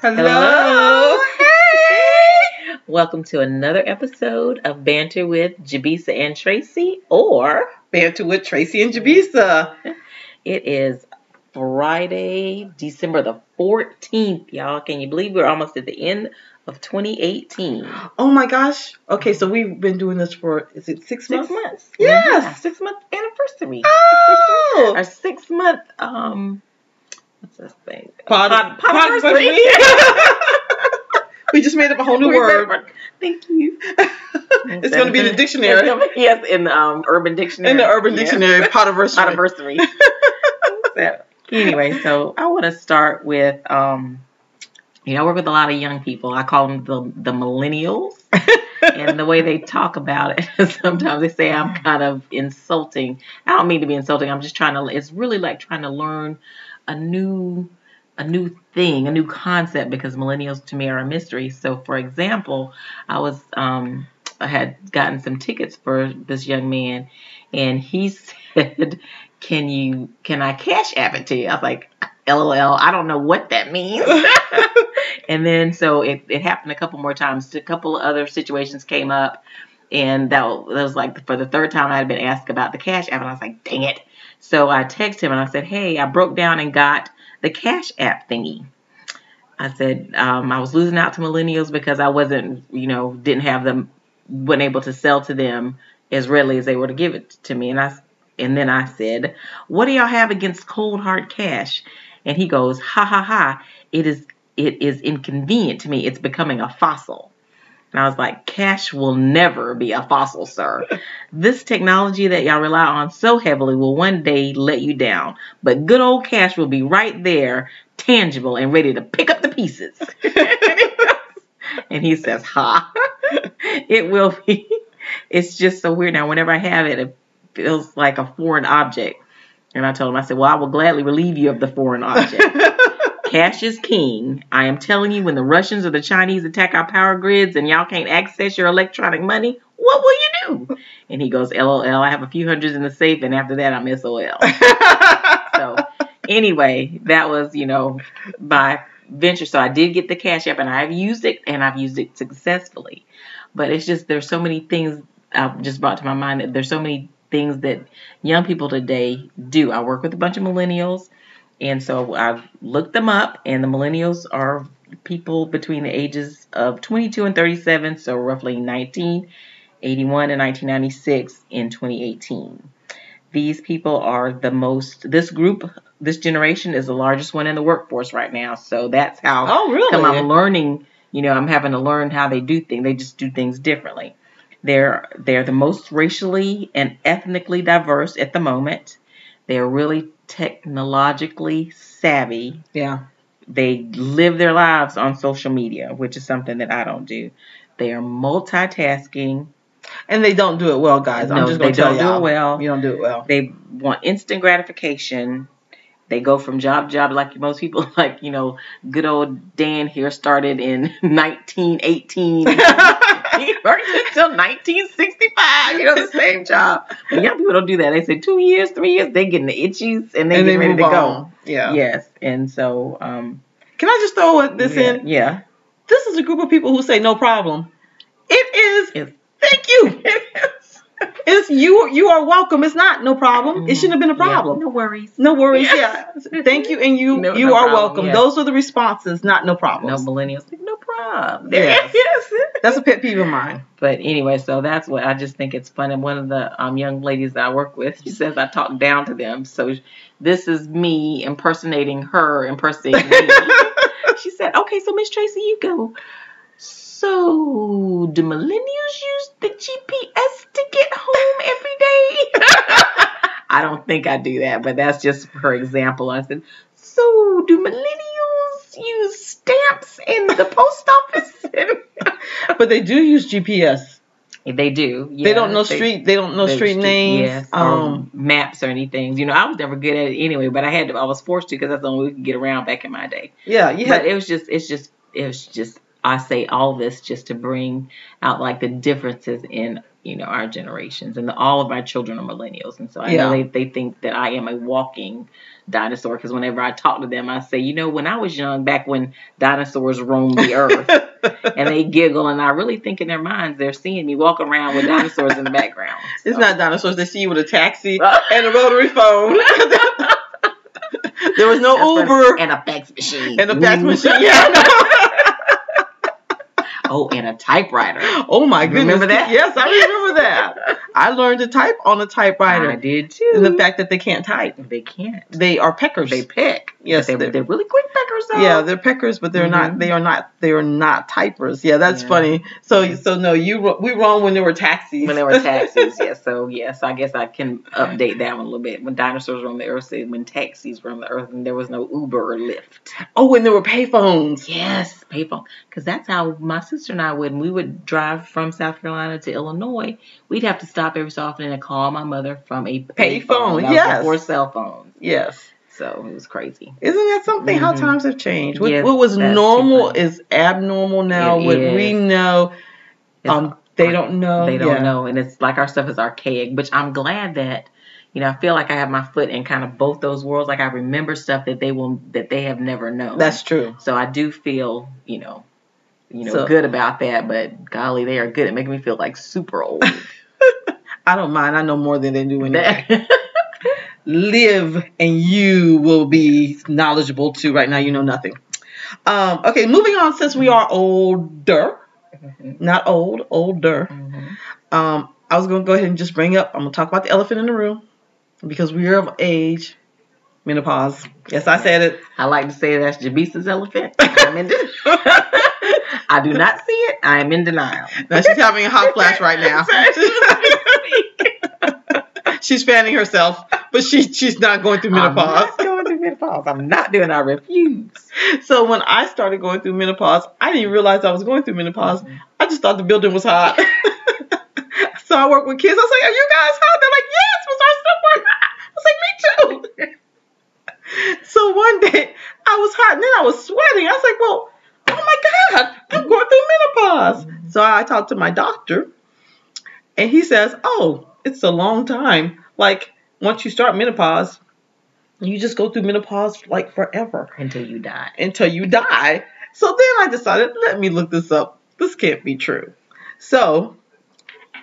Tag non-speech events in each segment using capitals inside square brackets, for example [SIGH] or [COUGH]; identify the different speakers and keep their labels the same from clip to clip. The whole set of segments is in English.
Speaker 1: Hello.
Speaker 2: Hello.
Speaker 1: Hey.
Speaker 2: [LAUGHS] Welcome to another episode of Banter with Jabisa and Tracy, or
Speaker 1: Banter with Tracy and Jabisa.
Speaker 2: it is Friday, December the 14th, y'all. Can you believe we're almost at the end of 2018?
Speaker 1: Oh my gosh. Okay, so we've been doing this for is it six,
Speaker 2: Six
Speaker 1: months?
Speaker 2: months.
Speaker 1: Yes.
Speaker 2: Yeah, six month anniversary. Our
Speaker 1: Oh.
Speaker 2: six month, um, what's this thing?
Speaker 1: Pod-
Speaker 2: Pod-
Speaker 1: pod-
Speaker 2: podversary.
Speaker 1: [LAUGHS] we just made up a whole new
Speaker 2: We
Speaker 1: word.
Speaker 2: remembered. Thank you.
Speaker 1: [LAUGHS] It's going to be in the
Speaker 2: It's
Speaker 1: dictionary.
Speaker 2: gonna be- Yes, in the um, Urban Dictionary.
Speaker 1: In the Urban
Speaker 2: Yeah. [LAUGHS]
Speaker 1: Dictionary, potiversary. [LAUGHS]
Speaker 2: anniversary. so, anyway, so I want to start with, um, you know, I work with a lot of young people. I call them the, the millennials. and the way they talk about it, [LAUGHS] sometimes they say I'm kind of insulting. I don't mean to be insulting. I'm just trying to, it's really like trying to learn a new. A new thing, a new concept, because millennials to me are a mystery. So, for example, I was um, I had gotten some tickets for this young man, and he [LAUGHS] said, "Can you can I cash app it to you?" I was like, "LOL, I don't know what that means." and then so it, it happened a couple more times. A couple of other situations came up, and that wa- that was like for the third time I had been asked about the cash app, and I was like, "Dang it!" So I texted him and I said, "Hey, I broke down and got the cash app thingy." I said um, I was losing out to millennials because I wasn't, you know, didn't have them, wasn't able to sell to them as readily as they were to give it to me. And I, and then I said, "What do y'all have against cold hard cash?" And he goes, "Ha ha ha! It is, it is inconvenient to me. It's becoming a fossil." And I was like, "Cash will never be a fossil, sir. This technology that y'all rely on so heavily will one day let you down. But good old cash will be right there." tangible and ready to pick up the pieces. and he says, Ha, [LAUGHS] it will be. [LAUGHS] It's just so weird now. Whenever I have it, it feels like a foreign object. And I told him, I said, Well, I will gladly relieve you of the foreign object.
Speaker 1: [LAUGHS]
Speaker 2: Cash is king. I am telling you, when the Russians or the Chinese attack our power grids and y'all can't access your electronic money, what will you do? And he goes, LOL, I have a few hundreds in the safe, and after that, I'm SOL. [LAUGHS] So anyway, that was, you know, my venture. So I did get the Cash App and I've used it and I've used it successfully. But it's just there's so many things I've just brought to my mind that there's so many things that young people today do. I work with a bunch of millennials and so I've looked them up and the millennials are people between the ages of 22 and 37, so roughly 1981 and 1996 in 2018 these people are the most this group this generation is the largest one in the workforce right now so that's how
Speaker 1: oh, really?
Speaker 2: [LAUGHS] come i'm learning you know i'm having to learn how they do things they just do things differently they're they're the most racially and ethnically diverse at the moment they're really technologically savvy
Speaker 1: Yeah.
Speaker 2: they live their lives on social media which is something that i don't do they are multitasking
Speaker 1: And they don't do it well, guys. I'm
Speaker 2: No,
Speaker 1: just
Speaker 2: they
Speaker 1: going to tell
Speaker 2: don't do
Speaker 1: y'all.
Speaker 2: it well
Speaker 1: You don't do it
Speaker 2: [LAUGHS]
Speaker 1: well.
Speaker 2: they want instant gratification. They go from job to job like most people, [LAUGHS] like, you know, good old Dan here started in [LAUGHS] 1918. he worked until
Speaker 1: [LAUGHS]
Speaker 2: 1965, you know, the same job. But young people don't do that. They say two years, three years, they get in the itchies and they
Speaker 1: and
Speaker 2: get
Speaker 1: they
Speaker 2: ready
Speaker 1: move
Speaker 2: to go.
Speaker 1: on. Yeah.
Speaker 2: Yes. And so, um,
Speaker 1: Can I just throw this
Speaker 2: yeah,
Speaker 1: in?
Speaker 2: Yeah.
Speaker 1: This is a group of people who say no problem. It is.
Speaker 2: It's-
Speaker 1: Thank
Speaker 2: [LAUGHS]
Speaker 1: you. It's you. You are welcome. It's not no problem. It shouldn't have been a
Speaker 2: Mm-hmm. Yeah.
Speaker 1: problem.
Speaker 2: No worries.
Speaker 1: No worries.
Speaker 2: Yes.
Speaker 1: Yeah. Thank you, and you.
Speaker 2: No-
Speaker 1: you
Speaker 2: no
Speaker 1: are
Speaker 2: problem,
Speaker 1: welcome.
Speaker 2: yes.
Speaker 1: Those are the responses, not no
Speaker 2: No
Speaker 1: problems.
Speaker 2: millennials. like, No problem.
Speaker 1: Yes.
Speaker 2: [LAUGHS] yes.
Speaker 1: That's a pet peeve of mine.
Speaker 2: But anyway, so that's what I just think it's fun. And one of the um, young ladies that I work with, she says I talk down to them. So this is me impersonating her, impersonating me.
Speaker 1: [LAUGHS]
Speaker 2: she said, "Okay, so Miss Tracy, you go. So do millennials use the GPS to get home every day?" [LAUGHS] I don't think I do that, but that's just her example. I said, "So do millennials use stamps in the post office?" [LAUGHS]
Speaker 1: But they do use GPS.
Speaker 2: they do.
Speaker 1: they don't know
Speaker 2: street.
Speaker 1: street. They don't know
Speaker 2: the
Speaker 1: street,
Speaker 2: stre-
Speaker 1: names.
Speaker 2: yes, or
Speaker 1: um.
Speaker 2: maps or anything. You know, I was never good at it anyway, but I had to. I was forced to because that's the only way we could get around back in my day.
Speaker 1: Yeah. You
Speaker 2: But
Speaker 1: had.
Speaker 2: it was just, it's just, it was just I say all this just to bring out like the differences in you know our generations and the, all of our children are millennials and so I know
Speaker 1: Yeah.
Speaker 2: they, they think that I am a walking dinosaur because whenever I talk to them I say you know when I was young back when dinosaurs roamed the earth
Speaker 1: [LAUGHS]
Speaker 2: and they giggle and I really think in their minds they're seeing me walk around with dinosaurs in the background
Speaker 1: It's
Speaker 2: So-
Speaker 1: not dinosaurs. They see you with a taxi
Speaker 2: Uh, [LAUGHS]
Speaker 1: and a rotary phone. there was no
Speaker 2: That's funny.
Speaker 1: Uber
Speaker 2: and a fax machine
Speaker 1: and a fax
Speaker 2: Ooh.
Speaker 1: machine. Yeah, I
Speaker 2: [LAUGHS] oh and a typewriter
Speaker 1: know. Oh my goodness.
Speaker 2: Remember that?
Speaker 1: Yes, I remember that.
Speaker 2: [LAUGHS]
Speaker 1: I learned to type on a
Speaker 2: I
Speaker 1: typewriter.
Speaker 2: did too
Speaker 1: And the fact that they can't type.
Speaker 2: they can't
Speaker 1: They are peckers.
Speaker 2: they pick
Speaker 1: yes,
Speaker 2: they,
Speaker 1: they're-
Speaker 2: they're really quick pickers though.
Speaker 1: yeah, they're peckers, but they're not.
Speaker 2: Mhm.
Speaker 1: They are not. They are not typers. Yeah, that's
Speaker 2: Yeah.
Speaker 1: funny. So,
Speaker 2: Yeah.
Speaker 1: so no, you wr- we wrong when there were taxis.
Speaker 2: when there were taxis. [LAUGHS] yes. So yes, I guess I can update that one a little bit. When dinosaurs were on the earth, say, when taxis were on the earth, and there was no Uber or Lyft.
Speaker 1: [LAUGHS] oh, when there were payphones.
Speaker 2: Yes, people, because that's how my sister and I would. When we would drive from South Carolina to Illinois, we'd have to stop every so often and call my mother from a
Speaker 1: Payphone,
Speaker 2: payphone. That was
Speaker 1: yes.
Speaker 2: before cell phones.
Speaker 1: Yes.
Speaker 2: So it was crazy.
Speaker 1: Isn't that something? How
Speaker 2: Mhm.
Speaker 1: times have changed. What,
Speaker 2: Yes,
Speaker 1: what was
Speaker 2: that's
Speaker 1: normal
Speaker 2: different.
Speaker 1: is abnormal now.
Speaker 2: It
Speaker 1: what we
Speaker 2: is.
Speaker 1: know,
Speaker 2: It's
Speaker 1: um, they don't know.
Speaker 2: they don't
Speaker 1: Yeah.
Speaker 2: know and it's like our stuff is archaic which i'm glad that you know i feel like i have my foot in kind of both those worlds like i remember stuff that they will that they have never known
Speaker 1: That's true.
Speaker 2: so i do feel you know you know
Speaker 1: So-
Speaker 2: good about that but golly they are good at making me feel like
Speaker 1: [LAUGHS]
Speaker 2: super old
Speaker 1: I don't mind. I know more than they
Speaker 2: [LAUGHS]
Speaker 1: do anyway.
Speaker 2: That-
Speaker 1: [LAUGHS] Live and you will be knowledgeable too. Right now, you know nothing. Um, okay, moving on. Since we are older,
Speaker 2: Mhm,
Speaker 1: not old, older.
Speaker 2: mhm.
Speaker 1: Um, I was gonna go ahead and just bring up. I'm gonna talk about the elephant in the room because we are of age. Menopause. Yes, I said it.
Speaker 2: i like to say that's jabisa's elephant I'm in de- i do not see it i am in denial
Speaker 1: [LAUGHS] Now she's having a hot flash right
Speaker 2: [LAUGHS]
Speaker 1: now. [LAUGHS] she's fanning herself, but she she's not going through [LAUGHS]
Speaker 2: i'm
Speaker 1: menopause.
Speaker 2: not going through menopause i'm not doing i refuse
Speaker 1: [LAUGHS] So when I started going through menopause, I didn't realize I was going through menopause. I just thought the building was hot. [LAUGHS] so I work with kids. I was like, "Are you guys hot?" They're like, "Yes, was our stuff work?" I was like, "Me too." [LAUGHS] so one day I was hot, and then I was sweating. I was like, "Well, oh my god, I'm going through menopause." So I talked to my doctor, and he says, "Oh, it's a long time. Like once you start menopause, you just go through menopause like forever."
Speaker 2: until you die
Speaker 1: until you die. So then I decided, let me look this up. This can't be true. So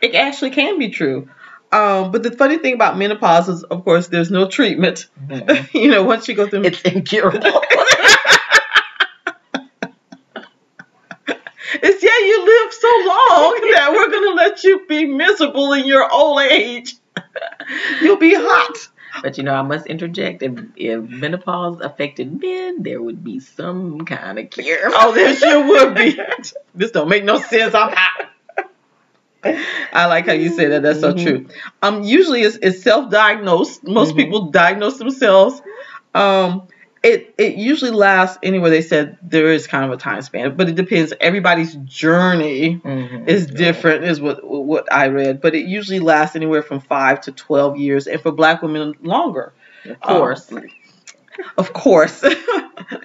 Speaker 1: it actually can be true. Um, but the funny thing about menopause is, of course, there's no treatment. [LAUGHS]
Speaker 2: Mhm.
Speaker 1: you know, once you go through,
Speaker 2: it's incurable
Speaker 1: [LAUGHS]
Speaker 2: [LAUGHS]
Speaker 1: it's yeah, you live so long that we're gonna let you be miserable in your old age. [LAUGHS] You'll be hot.
Speaker 2: But you know, I must interject. If, if menopause affected men, there would be some kind of cure.
Speaker 1: Oh, there
Speaker 2: [LAUGHS]
Speaker 1: sure would be. This don't make no sense. I'm hot. I like how you say that. That's so
Speaker 2: Mhm.
Speaker 1: true. Um, usually it's, it's self-diagnosed. Most
Speaker 2: Mhm.
Speaker 1: people diagnose themselves. Um, it it usually lasts anywhere. They said there is kind of a time span, but it depends. Everybody's journey
Speaker 2: Mhm.
Speaker 1: is different, is what what I read. But it usually lasts anywhere from five to twelve years, and for Black women, longer.
Speaker 2: Of
Speaker 1: uh,
Speaker 2: course.
Speaker 1: Of course. [LAUGHS]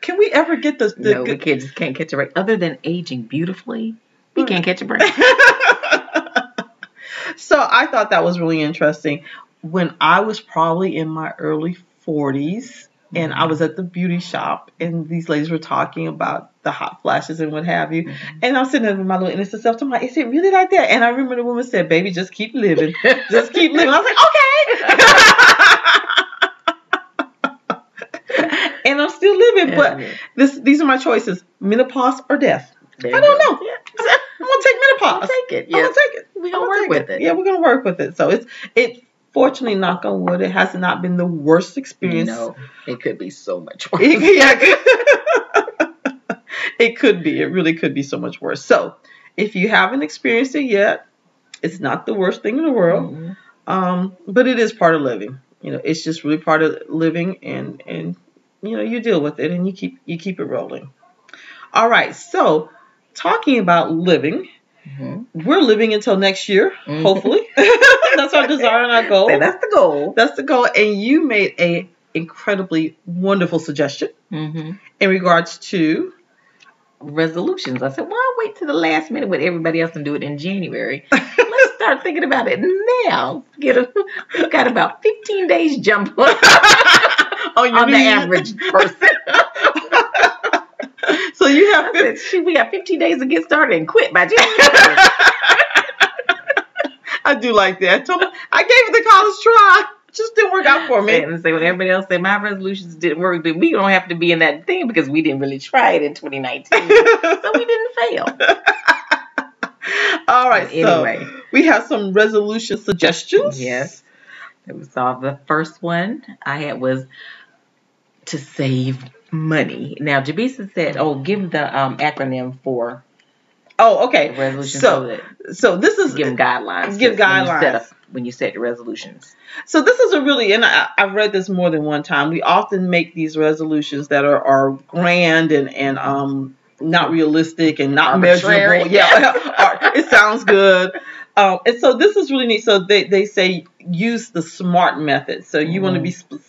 Speaker 1: Can we ever get the, the
Speaker 2: no, we can't, just can't catch a break. Other than aging beautifully, we can't catch a
Speaker 1: [LAUGHS]
Speaker 2: break.
Speaker 1: so I thought that was really interesting. When I was probably in my early 40s and I was at the beauty shop and these ladies were talking about the hot flashes and what have you. And I'm sitting there with my little innocent self to my, is it really like that? And I remember the woman said, baby, just keep living. Just keep living. I was like, okay. [LAUGHS] and I'm still living, [LAUGHS] but this these are my choices. Menopause or death. [LAUGHS]
Speaker 2: There
Speaker 1: I
Speaker 2: you
Speaker 1: don't
Speaker 2: go.
Speaker 1: know. I said, I'm gonna take
Speaker 2: I'll
Speaker 1: menopause.
Speaker 2: take it.
Speaker 1: I'm
Speaker 2: Yes.
Speaker 1: gonna take it.
Speaker 2: We're
Speaker 1: I'm
Speaker 2: going to work with it.
Speaker 1: Yeah, we're gonna work with it. So it's it fortunately knock on wood, it has not been the worst
Speaker 2: You
Speaker 1: experience.
Speaker 2: know, it could be so much worse.
Speaker 1: [LAUGHS] It, yeah. [LAUGHS] it could be. It really could be so much worse. So if you haven't experienced it yet, it's not the worst thing in the world.
Speaker 2: Mhm.
Speaker 1: Um, but it is part of living. You know, it's just really part of living and and you know, you deal with it and you keep you keep it rolling. All right, so talking about living,
Speaker 2: Mhm.
Speaker 1: we're living until next year,
Speaker 2: Mhm. [LAUGHS]
Speaker 1: hopefully. that's our desire and our goal.
Speaker 2: Say that's the goal.
Speaker 1: That's the goal. And you made a incredibly wonderful suggestion
Speaker 2: hmm [LAUGHS]
Speaker 1: in regards to
Speaker 2: Resolutions. I said, why wait to the last minute with everybody else and do it in January? Let's start thinking about it now. Get a, we've got about 15 days jump [LAUGHS]
Speaker 1: on your
Speaker 2: on
Speaker 1: New
Speaker 2: the
Speaker 1: Year-
Speaker 2: average person.
Speaker 1: [LAUGHS] So you have
Speaker 2: I said, shoot, we got 15 days to get started and quit by January.
Speaker 1: [LAUGHS] I do like that. I, told him, I gave it the college try. It just didn't work out for me.
Speaker 2: and say what everybody else said. My resolutions didn't work, but we don't have to be in that thing because we didn't really try it
Speaker 1: [LAUGHS]
Speaker 2: in 2019, so we didn't fail.
Speaker 1: All right.
Speaker 2: anyway,
Speaker 1: So we have some resolution suggestions.
Speaker 2: Yes. that was all. The first one I had was to save money. Now, Jabisa said, "Oh, give the um, acronym for
Speaker 1: Oh, okay.
Speaker 2: resolution
Speaker 1: So-
Speaker 2: so, that
Speaker 1: So this is
Speaker 2: give them guidelines.
Speaker 1: Give
Speaker 2: when you set
Speaker 1: guidelines.
Speaker 2: up- when you set your resolutions.
Speaker 1: so this is a really and I, I've read this more than one time. We often make these resolutions that are are grand and and um not realistic and not
Speaker 2: Arbitrary.
Speaker 1: measurable.
Speaker 2: [LAUGHS]
Speaker 1: Yeah, [LAUGHS] it sounds good. Um, and so this is really neat. So they they say use the smart method. So you want to
Speaker 2: Mhm.
Speaker 1: be sp-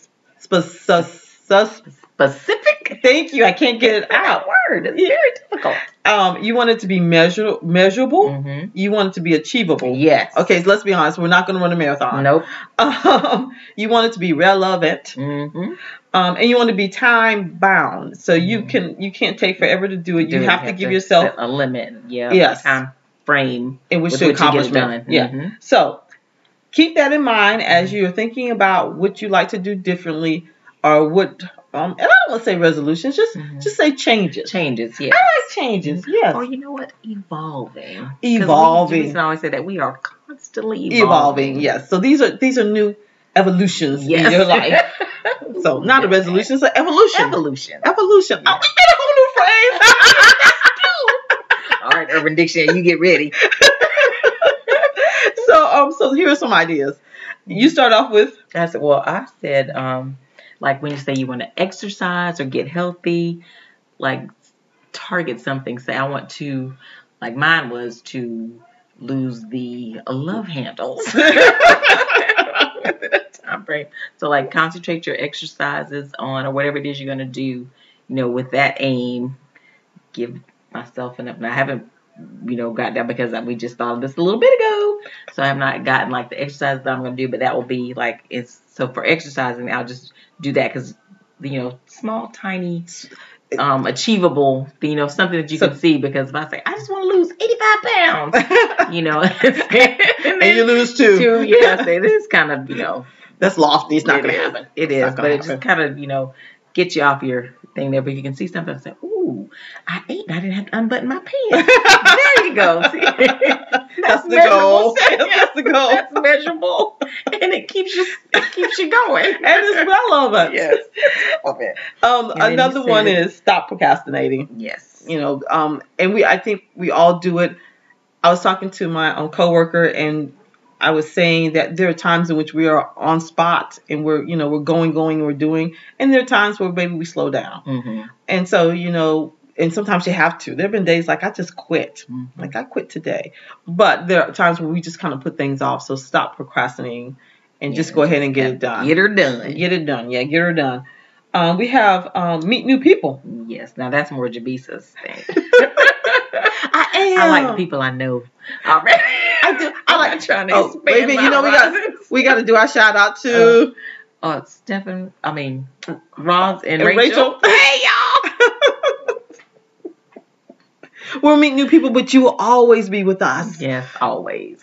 Speaker 1: sp- sus- sus-
Speaker 2: Specific
Speaker 1: Thank you. I can't get it out.
Speaker 2: word is
Speaker 1: Yeah.
Speaker 2: very difficult.
Speaker 1: Um, you want it to be measure- measurable.
Speaker 2: Mm-hmm.
Speaker 1: You want it to be achievable.
Speaker 2: Yes.
Speaker 1: Okay, so let's be honest. We're not going to run a marathon.
Speaker 2: Nope.
Speaker 1: Um, you want it to be relevant,
Speaker 2: Mm-hmm.
Speaker 1: um, and you want to be time bound. So you
Speaker 2: Mhm.
Speaker 1: can you can't take forever to do it. You have to give yourself
Speaker 2: set a limit. Yeah.
Speaker 1: Yes.
Speaker 2: Time frame.
Speaker 1: in which
Speaker 2: with
Speaker 1: to
Speaker 2: what you get
Speaker 1: accomplish
Speaker 2: it
Speaker 1: that.
Speaker 2: done.
Speaker 1: Yeah.
Speaker 2: Mhm.
Speaker 1: So keep that in mind as you're thinking about what you like to do differently, or what. Um, and I don't want to say resolutions. Just
Speaker 2: Mhm.
Speaker 1: just say changes.
Speaker 2: Changes. Yeah.
Speaker 1: Like changes. Yes.
Speaker 2: Or you know what? Evolving. Oh, 'Cause
Speaker 1: Evolving.
Speaker 2: We, Jason always said that we are constantly
Speaker 1: evolving. Yes. So these are these are new evolutions in your
Speaker 2: [LAUGHS]
Speaker 1: life. So not a resolution, it's an evolution.
Speaker 2: Evolution.
Speaker 1: evolution. Oh, we made a whole new phrase.
Speaker 2: All right, Urban Dictionary, you get ready. [LAUGHS]
Speaker 1: [LAUGHS] so um, so here are some ideas. You start off with [LAUGHS]
Speaker 2: I said, well, I said, um, like when you say you want to exercise or get healthy, like target something. Say, I want to, like mine was to lose the love handles. [LAUGHS] time frame. So like concentrate your exercises on or whatever it is you're gonna do, you know, with that aim. Give myself an up. Now I haven't you know got that because we just thought of this a little bit ago. So I have not gotten like the exercises that I'm gonna do, but that will be like it's so for exercising I'll just do that because you know, small, tiny, um, achievable, you know, something that you
Speaker 1: So-
Speaker 2: can see. Because if I say, I just want to lose 85 pounds, you know, [LAUGHS] and
Speaker 1: [LAUGHS] and you lose two.
Speaker 2: two, yeah, I say this is kind of, you know,
Speaker 1: That's lofty. It's not
Speaker 2: it
Speaker 1: going to
Speaker 2: is.
Speaker 1: happen.
Speaker 2: It
Speaker 1: It's
Speaker 2: is,
Speaker 1: not gonna
Speaker 2: but it just
Speaker 1: happen.
Speaker 2: kind of you know gets you off your thing there. But you can see something and say, "Ooh, I ate. and I didn't have to unbutton
Speaker 1: [LAUGHS]
Speaker 2: my pants." there you go. See? that's,
Speaker 1: That's the
Speaker 2: measurable.
Speaker 1: goal.
Speaker 2: See?
Speaker 1: [LAUGHS] That's the goal.
Speaker 2: That's measurable, and it keeps you it keeps you going.
Speaker 1: And it's relevant.
Speaker 2: yes, Love it.
Speaker 1: Um,
Speaker 2: And then you
Speaker 1: another one
Speaker 2: said-
Speaker 1: is stop procrastinating.
Speaker 2: yes.
Speaker 1: you know um and we i think we all do it i was talking to my um, coworker and i was saying that there are times in which we are on spot and we're you know we're going going we're doing and there are times where maybe we slow down
Speaker 2: Mhm,
Speaker 1: and so you know and sometimes you have to there have been days like i just quit
Speaker 2: mhm.
Speaker 1: like i quit today but there are times where we just kind of put things off so stop procrastinating and just
Speaker 2: Yeah,
Speaker 1: go ahead and get it done
Speaker 2: Get her done.
Speaker 1: Get it done yeah get her done um, we have um, meet new
Speaker 2: [LAUGHS]
Speaker 1: people [LAUGHS]
Speaker 2: Yes. Now that's more Jabisa's thing.
Speaker 1: i am
Speaker 2: I like the people I know already.
Speaker 1: I do. I
Speaker 2: [LAUGHS] I'm
Speaker 1: like.
Speaker 2: not trying to
Speaker 1: oh,
Speaker 2: expand.
Speaker 1: wait a minute,
Speaker 2: my
Speaker 1: you know we got-
Speaker 2: horizons.
Speaker 1: We got to do our shout out to
Speaker 2: Oh, Stefan, I mean, Roz and,
Speaker 1: and Rachel.
Speaker 2: Rachel.
Speaker 1: Hey y'all. [LAUGHS] we'll meet new people, but you will always be with us.
Speaker 2: Yes, always.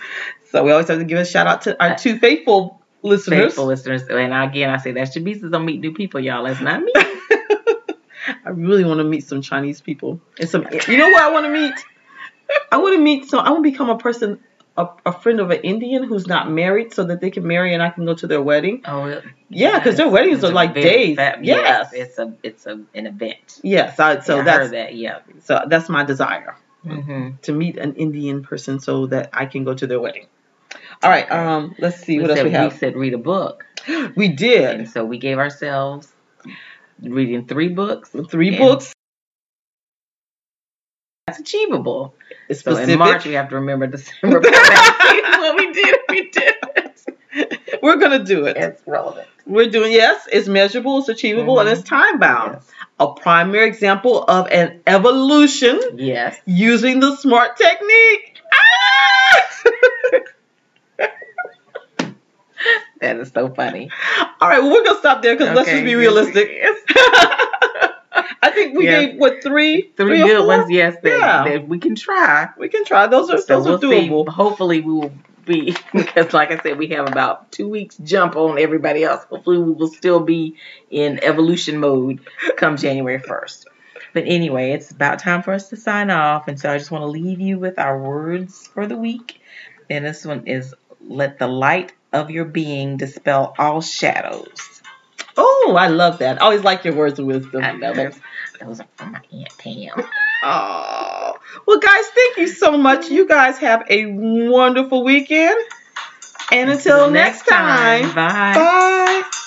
Speaker 1: So we always have to give a shout out to our two faithful listeners.
Speaker 2: Uh, Faithful listeners. And again, I say that's Jabisa's don't meet new people, y'all. That's not me.
Speaker 1: [LAUGHS] I really want to meet some Chinese people and some. You know what I want to meet? I want to meet. So I want to become a person. A, a friend of an Indian who's not married, so that they can marry and I can go to their wedding.
Speaker 2: Oh, it-
Speaker 1: Yeah, because their
Speaker 2: it's-
Speaker 1: weddings
Speaker 2: it's
Speaker 1: are
Speaker 2: a
Speaker 1: like
Speaker 2: very
Speaker 1: days.
Speaker 2: fat-
Speaker 1: yes, yes.
Speaker 2: It's a it's a, an event.
Speaker 1: I, so
Speaker 2: Yeah, I
Speaker 1: that's
Speaker 2: heard that, yeah.
Speaker 1: so that's my desire.
Speaker 2: Mm-hmm.
Speaker 1: to meet an Indian person so that I can go to their wedding. All right, um, let's see what else
Speaker 2: said,
Speaker 1: we have.
Speaker 2: said read a book.
Speaker 1: We
Speaker 2: And
Speaker 1: did
Speaker 2: so we gave ourselves reading three books.
Speaker 1: three
Speaker 2: And
Speaker 1: books
Speaker 2: That's achievable. So
Speaker 1: specific.
Speaker 2: in March, we have to remember December. [LAUGHS] what we did, we did.
Speaker 1: We're gonna do it.
Speaker 2: It's relevant.
Speaker 1: We're doing yes. It's measurable, it's achievable, and
Speaker 2: Mhm.
Speaker 1: it's time bound.
Speaker 2: Yes.
Speaker 1: a primary example of an evolution
Speaker 2: Yes.
Speaker 1: using the smart technique. Ah! [LAUGHS]
Speaker 2: That is so funny.
Speaker 1: All right, well, we're gonna stop there because let's
Speaker 2: Okay,
Speaker 1: just be
Speaker 2: yes,
Speaker 1: realistic. [LAUGHS] I think we
Speaker 2: Yes.
Speaker 1: gave what three,
Speaker 2: Three
Speaker 1: or
Speaker 2: good
Speaker 1: four?
Speaker 2: ones, yes, that,
Speaker 1: Yeah.
Speaker 2: that we can try.
Speaker 1: We can try those. Are,
Speaker 2: So
Speaker 1: those
Speaker 2: we'll
Speaker 1: are doable.
Speaker 2: see. Hopefully we will be [LAUGHS] because like I said, we have about two weeks jump on everybody else. Hopefully we will still be in evolution mode come January first. But anyway, it's about time for us to sign off. And so I just want to leave you with our words for the week. And this one is let the light of your being dispel all shadows.
Speaker 1: Oh, I love that. I always like your words of wisdom.
Speaker 2: I know those those are from my Aunt Pam.
Speaker 1: Oh, well, guys, thank you so much. You guys have a wonderful weekend. And until, next time,
Speaker 2: bye.
Speaker 1: bye.